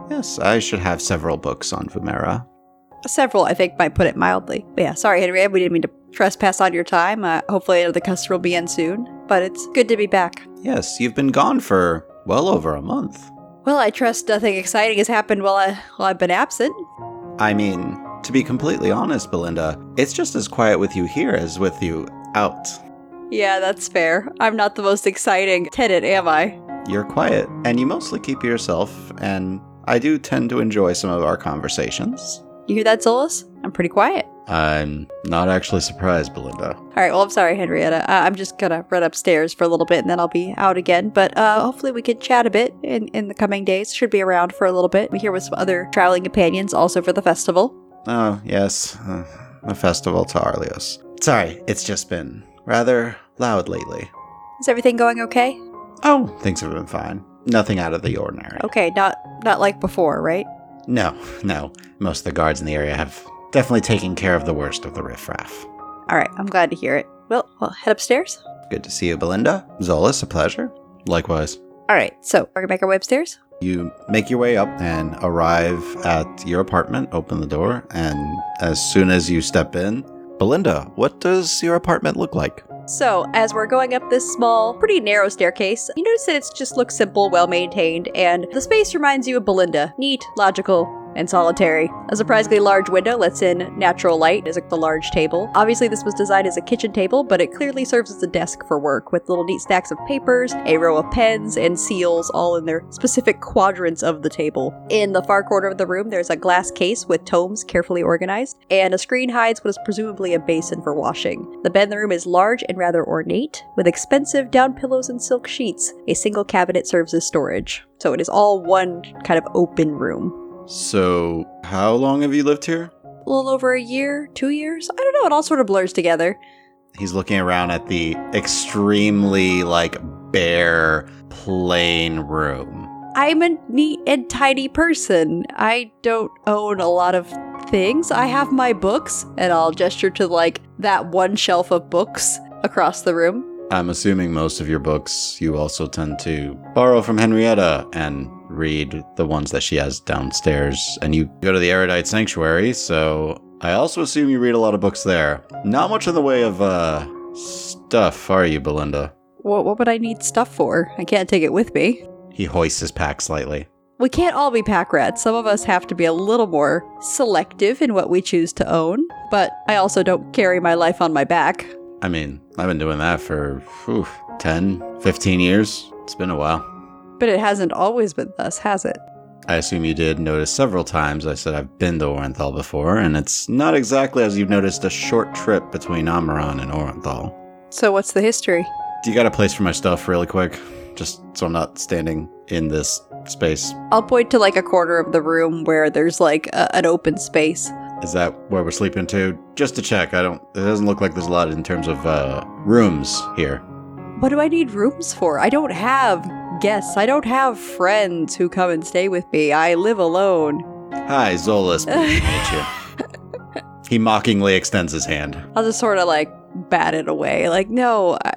Speaker 1: Yes, I should have several books on Vumera.
Speaker 2: Several, I think, might put it mildly. But yeah, sorry, Henrietta, we didn't mean to trespass on your time. Uh, hopefully, another customer will be in soon. But it's good to be back.
Speaker 1: Yes, you've been gone for well over a month.
Speaker 2: Well, I trust nothing exciting has happened while, I, while I've been absent.
Speaker 1: I mean, to be completely honest, Belinda, it's just as quiet with you here as with you out.
Speaker 2: Yeah, that's fair. I'm not the most exciting tenant, am I?
Speaker 1: You're quiet, and you mostly keep yourself, and I do tend to enjoy some of our conversations.
Speaker 2: You hear that, Zolas? I'm pretty quiet.
Speaker 1: I'm not actually surprised, Belinda.
Speaker 2: All right, well, I'm sorry, Henrietta. Uh, I'm just gonna run upstairs for a little bit and then I'll be out again. But uh, hopefully, we can chat a bit in, in the coming days. Should be around for a little bit. We here with some other traveling companions also for the festival.
Speaker 1: Oh, yes, uh, a festival to Arlios. Sorry, it's just been rather loud lately.
Speaker 2: Is everything going okay?
Speaker 1: Oh, things have been fine. Nothing out of the ordinary.
Speaker 2: Okay, not not like before, right?
Speaker 1: No, no. Most of the guards in the area have definitely taken care of the worst of the riffraff.
Speaker 2: All right, I'm glad to hear it. Well, well, head upstairs.
Speaker 1: Good to see you, Belinda. Zolas, a pleasure. Likewise.
Speaker 2: All right, so we're gonna make our way upstairs.
Speaker 1: You make your way up and arrive at your apartment, open the door, and as soon as you step in, Belinda, what does your apartment look like?
Speaker 2: So, as we're going up this small, pretty narrow staircase, you notice that it just looks simple, well maintained, and the space reminds you of Belinda. Neat, logical, and solitary. A surprisingly large window lets in natural light as a large table. Obviously, this was designed as a kitchen table, but it clearly serves as a desk for work, with little neat stacks of papers, a row of pens, and seals all in their specific quadrants of the table. In the far corner of the room, there's a glass case with tomes carefully organized, and a screen hides what is presumably a basin for washing. The bed in the room is large and rather ornate, with expensive down pillows and silk sheets. A single cabinet serves as storage. So it is all one kind of open room.
Speaker 1: So, how long have you lived here?
Speaker 2: a little over a year, two years. I don't know. It all sort of blurs together.
Speaker 1: He's looking around at the extremely, like, bare, plain room.
Speaker 2: I'm a neat and tidy person. I don't own a lot of things. I have my books, and I'll gesture to like that one shelf of books across the room.
Speaker 1: I'm assuming most of your books you also tend to borrow from Henrietta and read the ones that she has downstairs. And you go to the Erudite Sanctuary, so I also assume you read a lot of books there. Not much in the way of, uh, stuff, are you, Belinda?
Speaker 2: What, what would I need stuff for? I can't take it with me.
Speaker 1: He hoists his pack slightly.
Speaker 2: We can't all be pack rats. Some of us have to be a little more selective in what we choose to own, but I also don't carry my life on my back.
Speaker 1: I mean, I've been doing that for whew, 10, 15 years. It's been a while.
Speaker 2: But it hasn't always been thus, has it?
Speaker 1: I assume you did notice several times I said I've been to Orenthal before, and it's not exactly as you've noticed a short trip between Amaran and Orenthal.
Speaker 2: So, what's the history?
Speaker 1: Do you got a place for my stuff really quick? Just so I'm not standing in this space.
Speaker 2: I'll point to like a corner of the room where there's like a, an open space.
Speaker 1: Is that where we're sleeping to? Just to check. I don't. It doesn't look like there's a lot in terms of uh, rooms here.
Speaker 2: What do I need rooms for? I don't have guests. I don't have friends who come and stay with me. I live alone.
Speaker 1: Hi, Zolas. Pleased to meet you. He mockingly extends his hand.
Speaker 2: I'll just sort of like bat it away. Like, no, I,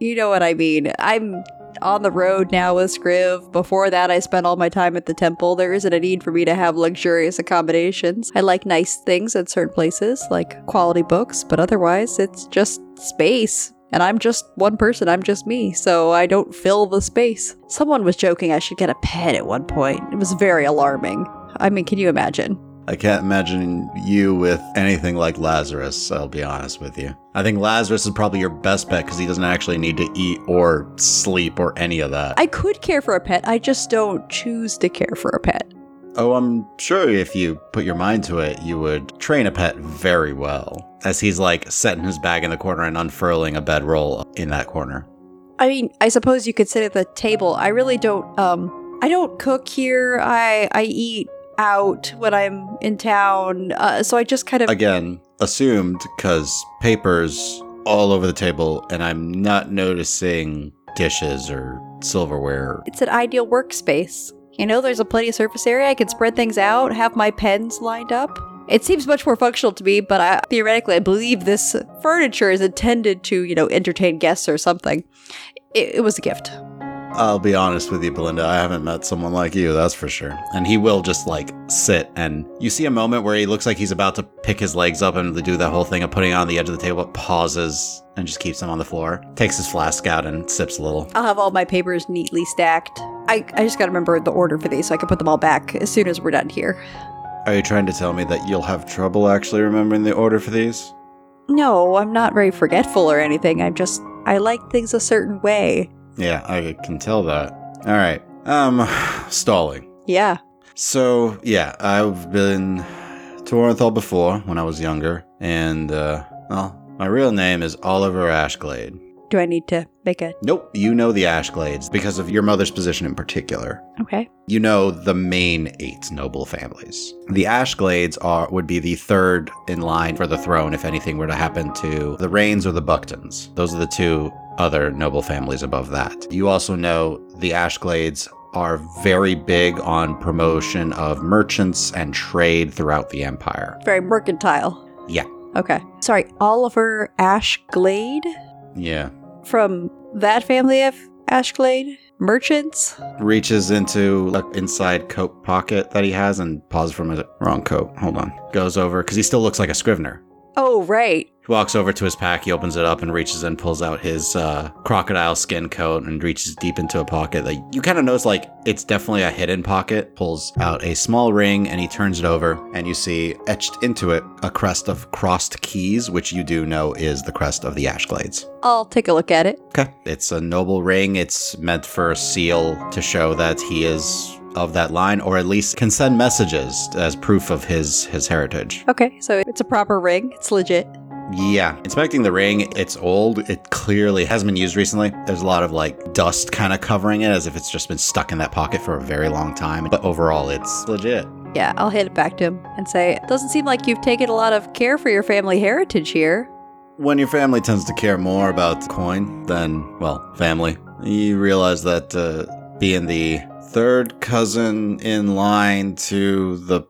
Speaker 2: you know what I mean. I'm on the road now with Scriv. Before that, I spent all my time at the temple. There isn't a need for me to have luxurious accommodations. I like nice things at certain places, like quality books, but otherwise, it's just space. And I'm just one person, I'm just me, so I don't fill the space. Someone was joking I should get a pet at one point. It was very alarming. I mean, can you imagine?
Speaker 1: I can't imagine you with anything like Lazarus, I'll be honest with you. I think Lazarus is probably your best bet because he doesn't actually need to eat or sleep or any of that.
Speaker 2: I could care for a pet, I just don't choose to care for a pet.
Speaker 1: oh, I'm sure if you put your mind to it, you would train a pet very well. As he's like setting his bag in the corner and unfurling a bedroll in that corner.
Speaker 2: I mean, I suppose you could sit at the table. I really don't um I don't cook here. I I eat out when I'm in town. Uh, so I just kind of
Speaker 1: Again, assumed because papers all over the table, and I'm not noticing dishes or silverware
Speaker 2: it's an ideal workspace. You know, there's a plenty of surface area. I can spread things out, have my pens lined up. It seems much more functional to me, but I, theoretically, I believe this furniture is intended to, you know, entertain guests or something. It, it was a gift.
Speaker 1: I'll be honest with you, Belinda. I haven't met someone like you, that's for sure. And he will just like sit, and you see a moment where he looks like he's about to pick his legs up and do the whole thing of putting it on the edge of the table, pauses, and just keeps him on the floor. Takes his flask out and sips a little.
Speaker 2: I'll have all my papers neatly stacked. I, I just gotta remember the order for these so I can put them all back as soon as we're done here.
Speaker 1: Are you trying to tell me that you'll have trouble actually remembering the order for these?
Speaker 2: No, I'm not very forgetful or anything. I'm just, I like things a certain way.
Speaker 1: Yeah, I can tell that. All right. Um, *sighs* stalling.
Speaker 2: Yeah.
Speaker 1: So yeah, I've been to Orenthal before when I was younger, and uh, well, my real name is Oliver Ashglade.
Speaker 2: Do I need to make a.
Speaker 1: Nope, you know the Ashglades because of your mother's position in particular.
Speaker 2: Okay.
Speaker 1: You know the main eight noble families. The Ashglades are would be the third in line for the throne if anything were to happen to the Rains or the Bucktons. Those are the two other noble families above that. You also know the Ashglades are very big on promotion of merchants and trade throughout the empire.
Speaker 2: Very mercantile.
Speaker 1: Yeah.
Speaker 2: Okay. Sorry, Oliver Ashglade
Speaker 1: Yeah.
Speaker 2: from that family of Ashglade merchants?
Speaker 1: reaches into like inside coat pocket that he has and pauses for a minute. Wrong coat. Hold on. Goes over because he still looks like a scrivener.
Speaker 2: Oh, right.
Speaker 1: He walks over to his pack. He opens it up and reaches in, pulls out his uh, crocodile skin coat, and reaches deep into a pocket that you kind of notice like it's definitely a hidden pocket. Pulls out a small ring and he turns it over, and you see etched into it a crest of crossed keys, which you do know is the crest of the Ashglades.
Speaker 2: I'll take a look at it.
Speaker 1: Okay. It's a noble ring. It's meant for a seal to show that he is of that line, or at least can send messages as proof of his his heritage.
Speaker 2: Okay, so it's a proper ring. It's legit.
Speaker 1: Yeah. Inspecting the ring, it's old. It clearly hasn't been used recently. There's a lot of like dust kind of covering it as if it's just been stuck in that pocket for a very long time. But overall, it's legit.
Speaker 2: Yeah, I'll hand it back to him and say, it doesn't seem like you've taken a lot of care for your family heritage here.
Speaker 1: When your family tends to care more about coin than, well, family, you realize that uh, being the third cousin in line to the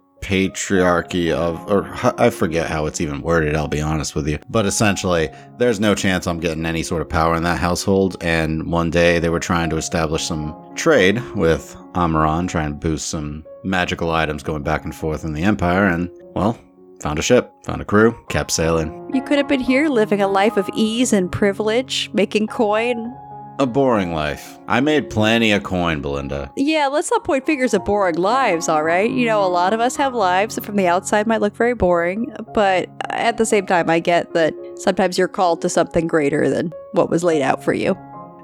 Speaker 1: patriarchy of, or h- I forget how it's even worded, I'll be honest with you. But essentially, there's no chance I'm getting any sort of power in that household. And one day they were trying to establish some trade with Amaran, trying to boost some magical items going back and forth in the empire. And, well, found a ship, found a crew, kept sailing.
Speaker 2: You could have been here living a life of ease and privilege, making coin.
Speaker 1: A boring life. I made plenty of coin, Belinda.
Speaker 2: Yeah, let's not point fingers at boring lives, all right? You know, a lot of us have lives that from the outside might look very boring, but at the same time, I get that sometimes you're called to something greater than what was laid out for you.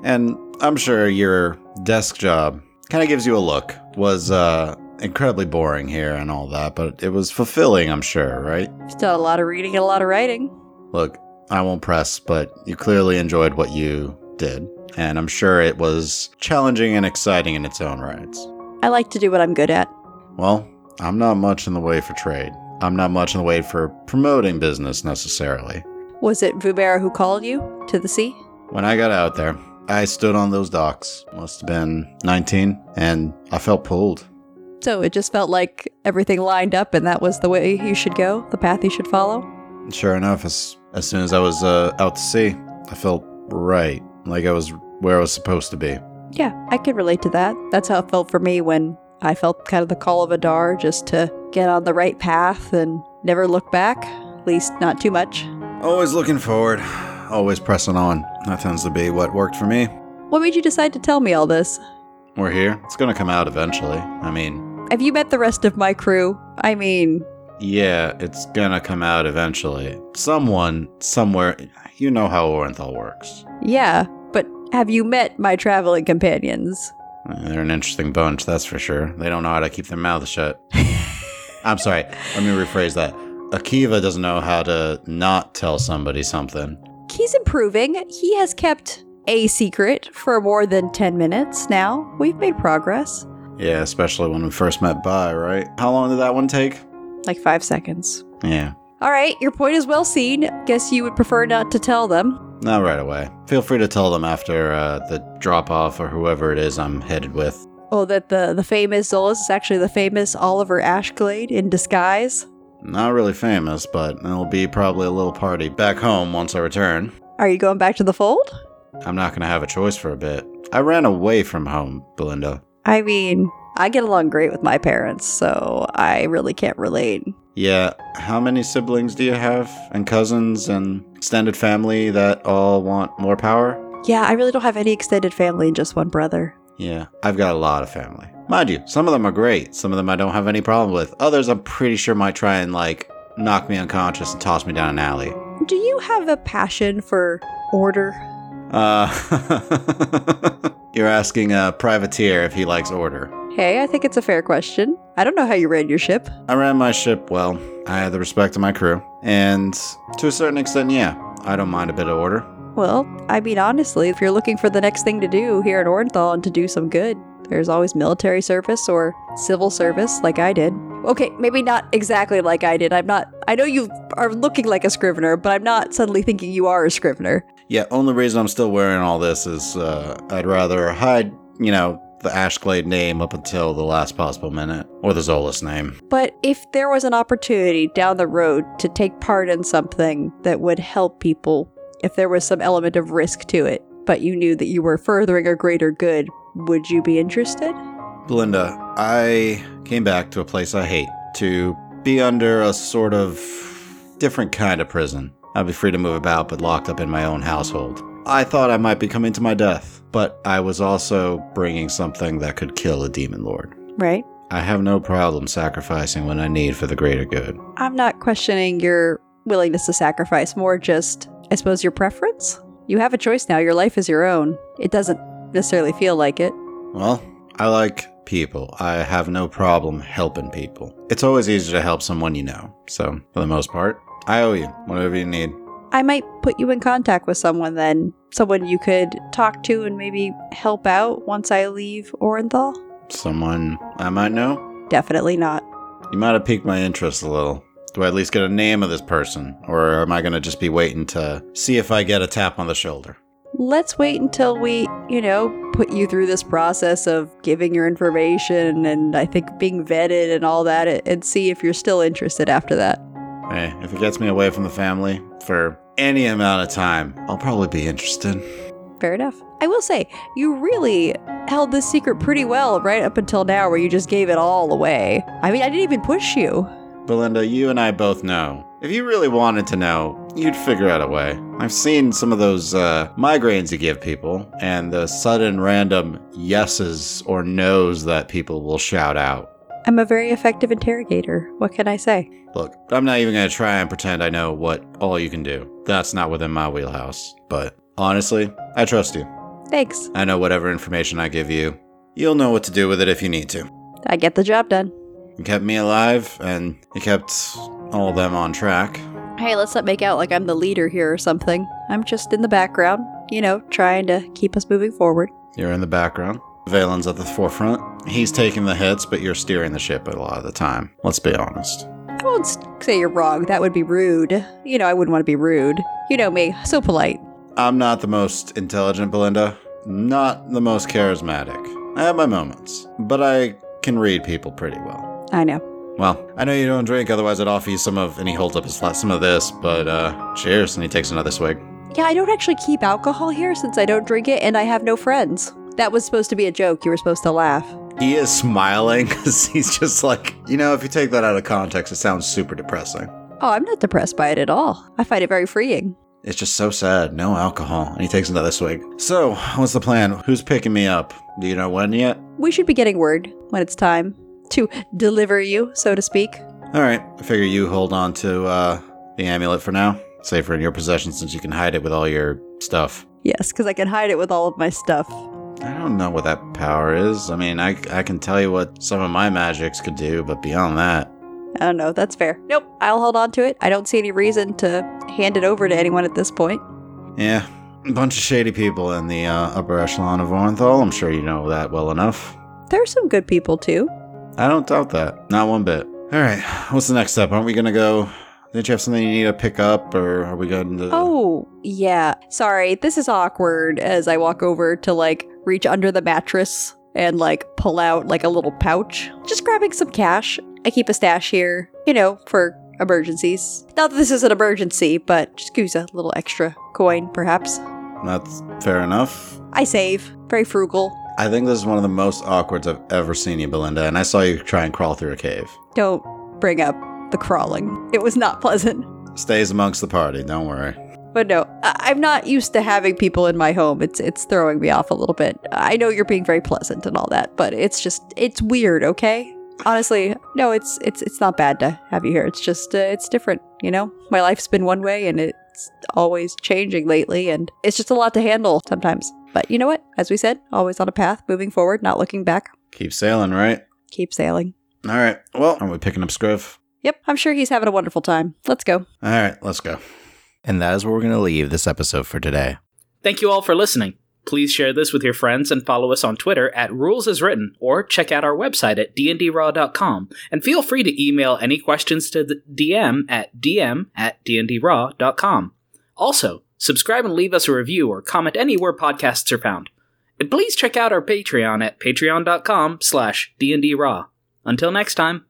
Speaker 1: And I'm sure your desk job kind of gives you a look. Was uh incredibly boring here and all that, but it was fulfilling, I'm sure, right?
Speaker 2: You've done a lot of reading and a lot of writing.
Speaker 1: Look, I won't press, but you clearly enjoyed what you did, and I'm sure it was challenging and exciting in its own rights.
Speaker 2: I like to do what I'm good at.
Speaker 1: Well, I'm not much in the way for trade. I'm not much in the way for promoting business necessarily.
Speaker 2: Was it Vubera who called you to the sea?
Speaker 1: When I got out there, I stood on those docks, must have been 19, and I felt pulled.
Speaker 2: So it just felt like everything lined up and that was the way you should go, the path you should follow.
Speaker 1: Sure enough, as, as soon as I was uh, out to sea, I felt right, like I was where I was supposed to be.
Speaker 2: Yeah, I can relate to that. That's how it felt for me when I felt kind of the call of Adar just to get on the right path and never look back, at least not too much.
Speaker 1: Always looking forward, always pressing on. That tends to be what worked for me.
Speaker 2: What made you decide to tell me all this?
Speaker 1: We're here. It's gonna come out eventually. I mean,
Speaker 2: Have you met the rest of my crew? I mean,
Speaker 1: yeah, it's gonna come out eventually. Someone, somewhere, you know how Orenthal works.
Speaker 2: yeah, but have you met my traveling companions?
Speaker 1: Uh, They're an interesting bunch, that's for sure. They don't know how to keep their mouths shut. I'm sorry, let me rephrase that. Akiva doesn't know how to not tell somebody something.
Speaker 2: He's improving. He has kept a secret for more than 10 minutes now. We've made progress.
Speaker 1: Yeah, especially when we first met Bai, right? How long did that one take?
Speaker 2: Like five seconds.
Speaker 1: Yeah,
Speaker 2: All right, your point is well seen. Guess you would prefer not to tell them.
Speaker 1: not right away. Feel free to tell them after uh, the drop off or whoever it is I'm headed with.
Speaker 2: Oh, that the the famous Zolas is actually the famous Oliver Ashglade in disguise.
Speaker 1: Not really famous, but it'll be probably a little party back home once I return.
Speaker 2: Are you going back to the fold?
Speaker 1: I'm not gonna have a choice for a bit. I ran away from home, Belinda.
Speaker 2: I mean, I get along great with my parents, so I really can't relate.
Speaker 1: Yeah. How many siblings do you have, and cousins, and extended family that all want more power?
Speaker 2: Yeah, I really don't have any extended family and just one brother.
Speaker 1: Yeah, I've got a lot of family. Mind you, some of them are great. Some of them I don't have any problem with. Others I'm pretty sure might try and, like, knock me unconscious and toss me down an alley.
Speaker 2: Do you have a passion for order?
Speaker 1: Uh, *laughs* you're asking a privateer if he likes order.
Speaker 2: Hey, I think it's a fair question. I don't know how you ran your ship.
Speaker 1: I ran my ship well. I had the respect of my crew. And to a certain extent, yeah, I don't mind a bit of order.
Speaker 2: Well, I mean, honestly, if you're looking for the next thing to do here in Orenthal and to do some good, there's always military service or civil service, like I did. Okay, maybe not exactly like I did. I'm not. I know you are looking like a scrivener, but I'm not suddenly thinking you are a scrivener.
Speaker 1: Yeah, only reason I'm still wearing all this is uh, I'd rather hide, you know, the Ashglade name up until the last possible minute, or the Zolas name.
Speaker 2: But if there was an opportunity down the road to take part in something that would help people, if there was some element of risk to it, but you knew that you were furthering a greater good, would you be interested?
Speaker 1: Belinda, I came back to a place I hate to be under a sort of different kind of prison. I'd be free to move about, but locked up in my own household. I thought I might be coming to my death, but I was also bringing something that could kill a demon lord.
Speaker 2: Right.
Speaker 1: I have no problem sacrificing what I need for the greater good.
Speaker 2: I'm not questioning your willingness to sacrifice, more just, I suppose, your preference? You have a choice now. Your life is your own. It doesn't necessarily feel like it.
Speaker 1: Well, I like people. I have no problem helping people. It's always easier to help someone you know. So, for the most part, I owe you whatever you need.
Speaker 2: I might put you in contact with someone then, someone you could talk to and maybe help out once I leave Orenthal.
Speaker 1: Someone I might know?
Speaker 2: Definitely not.
Speaker 1: You might have piqued my interest a little. Do I at least get a name of this person? Or am I going to just be waiting to see if I get a tap on the shoulder?
Speaker 2: Let's wait until we, you know, put you through this process of giving your information and I think being vetted and all that a- and see if you're still interested after that.
Speaker 1: Hey, if it gets me away from the family for any amount of time, I'll probably be interested.
Speaker 2: Fair enough. I will say, you really held this secret pretty well right up until now, where you just gave it all away. I mean, I didn't even push you.
Speaker 1: Belinda, you and I both know. If you really wanted to know, you'd figure out a way. I've seen some of those uh, migraines you give people, and the sudden random yeses or nos that people will shout out.
Speaker 2: I'm a very effective interrogator. What can I say?
Speaker 1: Look, I'm not even going to try and pretend I know what all you can do. That's not within my wheelhouse. But honestly, I trust you.
Speaker 2: Thanks.
Speaker 1: I know whatever information I give you, you'll know what to do with it if you need to.
Speaker 2: I get the job done.
Speaker 1: You kept me alive, and you kept all of them on track.
Speaker 2: Hey, let's not make out like I'm the leader here or something. I'm just in the background, you know, trying to keep us moving forward.
Speaker 1: You're in the background. Valen's at the forefront. He's taking the hits, but you're steering the ship a lot of the time. Let's be honest.
Speaker 2: I won't s- say you're wrong. That would be rude. You know, I wouldn't want to be rude. You know me, so polite.
Speaker 1: I'm not the most intelligent, Belinda. Not the most charismatic. I have my moments, but I can read people pretty well.
Speaker 2: I know.
Speaker 1: Well, I know you don't drink, otherwise I'd offer you some of. And he holds up his flat, some of this, but uh, cheers. And he takes another swig.
Speaker 2: Yeah, I don't actually keep alcohol here since I don't drink it and I have no friends. That was supposed to be a joke. You were supposed to laugh.
Speaker 1: He is smiling *laughs* because he's just like, you know, if you take that out of context, it sounds super depressing.
Speaker 2: Oh, I'm not depressed by it at all. I find it very freeing.
Speaker 1: It's just so sad. No alcohol. And he takes another swig. So, what's the plan? Who's picking me up? Do you know when yet?
Speaker 2: We should be getting word when it's time to deliver you, so to speak.
Speaker 1: All right. I figure you hold on to uh, the amulet for now. Safer in your possession since you can hide it with all your stuff.
Speaker 2: Yes, because I can hide it with all of my stuff.
Speaker 1: I don't know what that power is. I mean, I, I can tell you what some of my magics could do, but beyond that,
Speaker 2: I don't know. That's fair. Nope. I'll hold on to it. I don't see any reason to hand it over to anyone at this point.
Speaker 1: yeah. A bunch of shady people in the uh, upper echelon of Orenthal. I'm sure you know that well enough.
Speaker 2: There are some good people too.
Speaker 1: I don't doubt that. Not one bit. All right. What's the next step? Aren't we going to go? Didn't you have something you need to pick up, or are we going to.
Speaker 2: Oh, yeah. Sorry. This is awkward as I walk over to like reach under the mattress and like pull out like a little pouch. Just grabbing some cash. I keep a stash here, you know, for emergencies. Not that this is an emergency, but just gives a little extra coin, perhaps.
Speaker 1: That's fair enough.
Speaker 2: I save. Very frugal.
Speaker 1: I think this is one of the most awkwards I've ever seen you, Belinda, and I saw you try and crawl through a cave.
Speaker 2: Don't bring up the crawling. It was not *laughs* pleasant.
Speaker 1: Stays amongst the party, don't worry.
Speaker 2: But no, I- I'm not used to having people in my home. It's it's throwing me off a little bit. I know you're being very pleasant and all that, but it's just it's weird. Okay, honestly, no, it's it's it's not bad to have you here. It's just uh, it's different. You know, my life's been one way and it's always changing lately, and it's just a lot to handle sometimes. But you know what? As we said, always on a path, moving forward, not looking back.
Speaker 1: Keep sailing, right?
Speaker 2: Keep sailing.
Speaker 1: All right. Well, are we picking up Scriv?
Speaker 2: Yep, I'm sure he's having a wonderful time. Let's go.
Speaker 1: All right, let's go. And that is where we're going to leave this episode for today.
Speaker 4: Thank you all for listening. Please share this with your friends and follow us on Twitter at Rules Is Written or check out our website at dndraw.com and feel free to email any questions to the DM at dm at dndraw.com. Also, subscribe and leave us a review or comment anywhere podcasts are found. And please check out our Patreon at patreon.com slash dndraw. Until next time.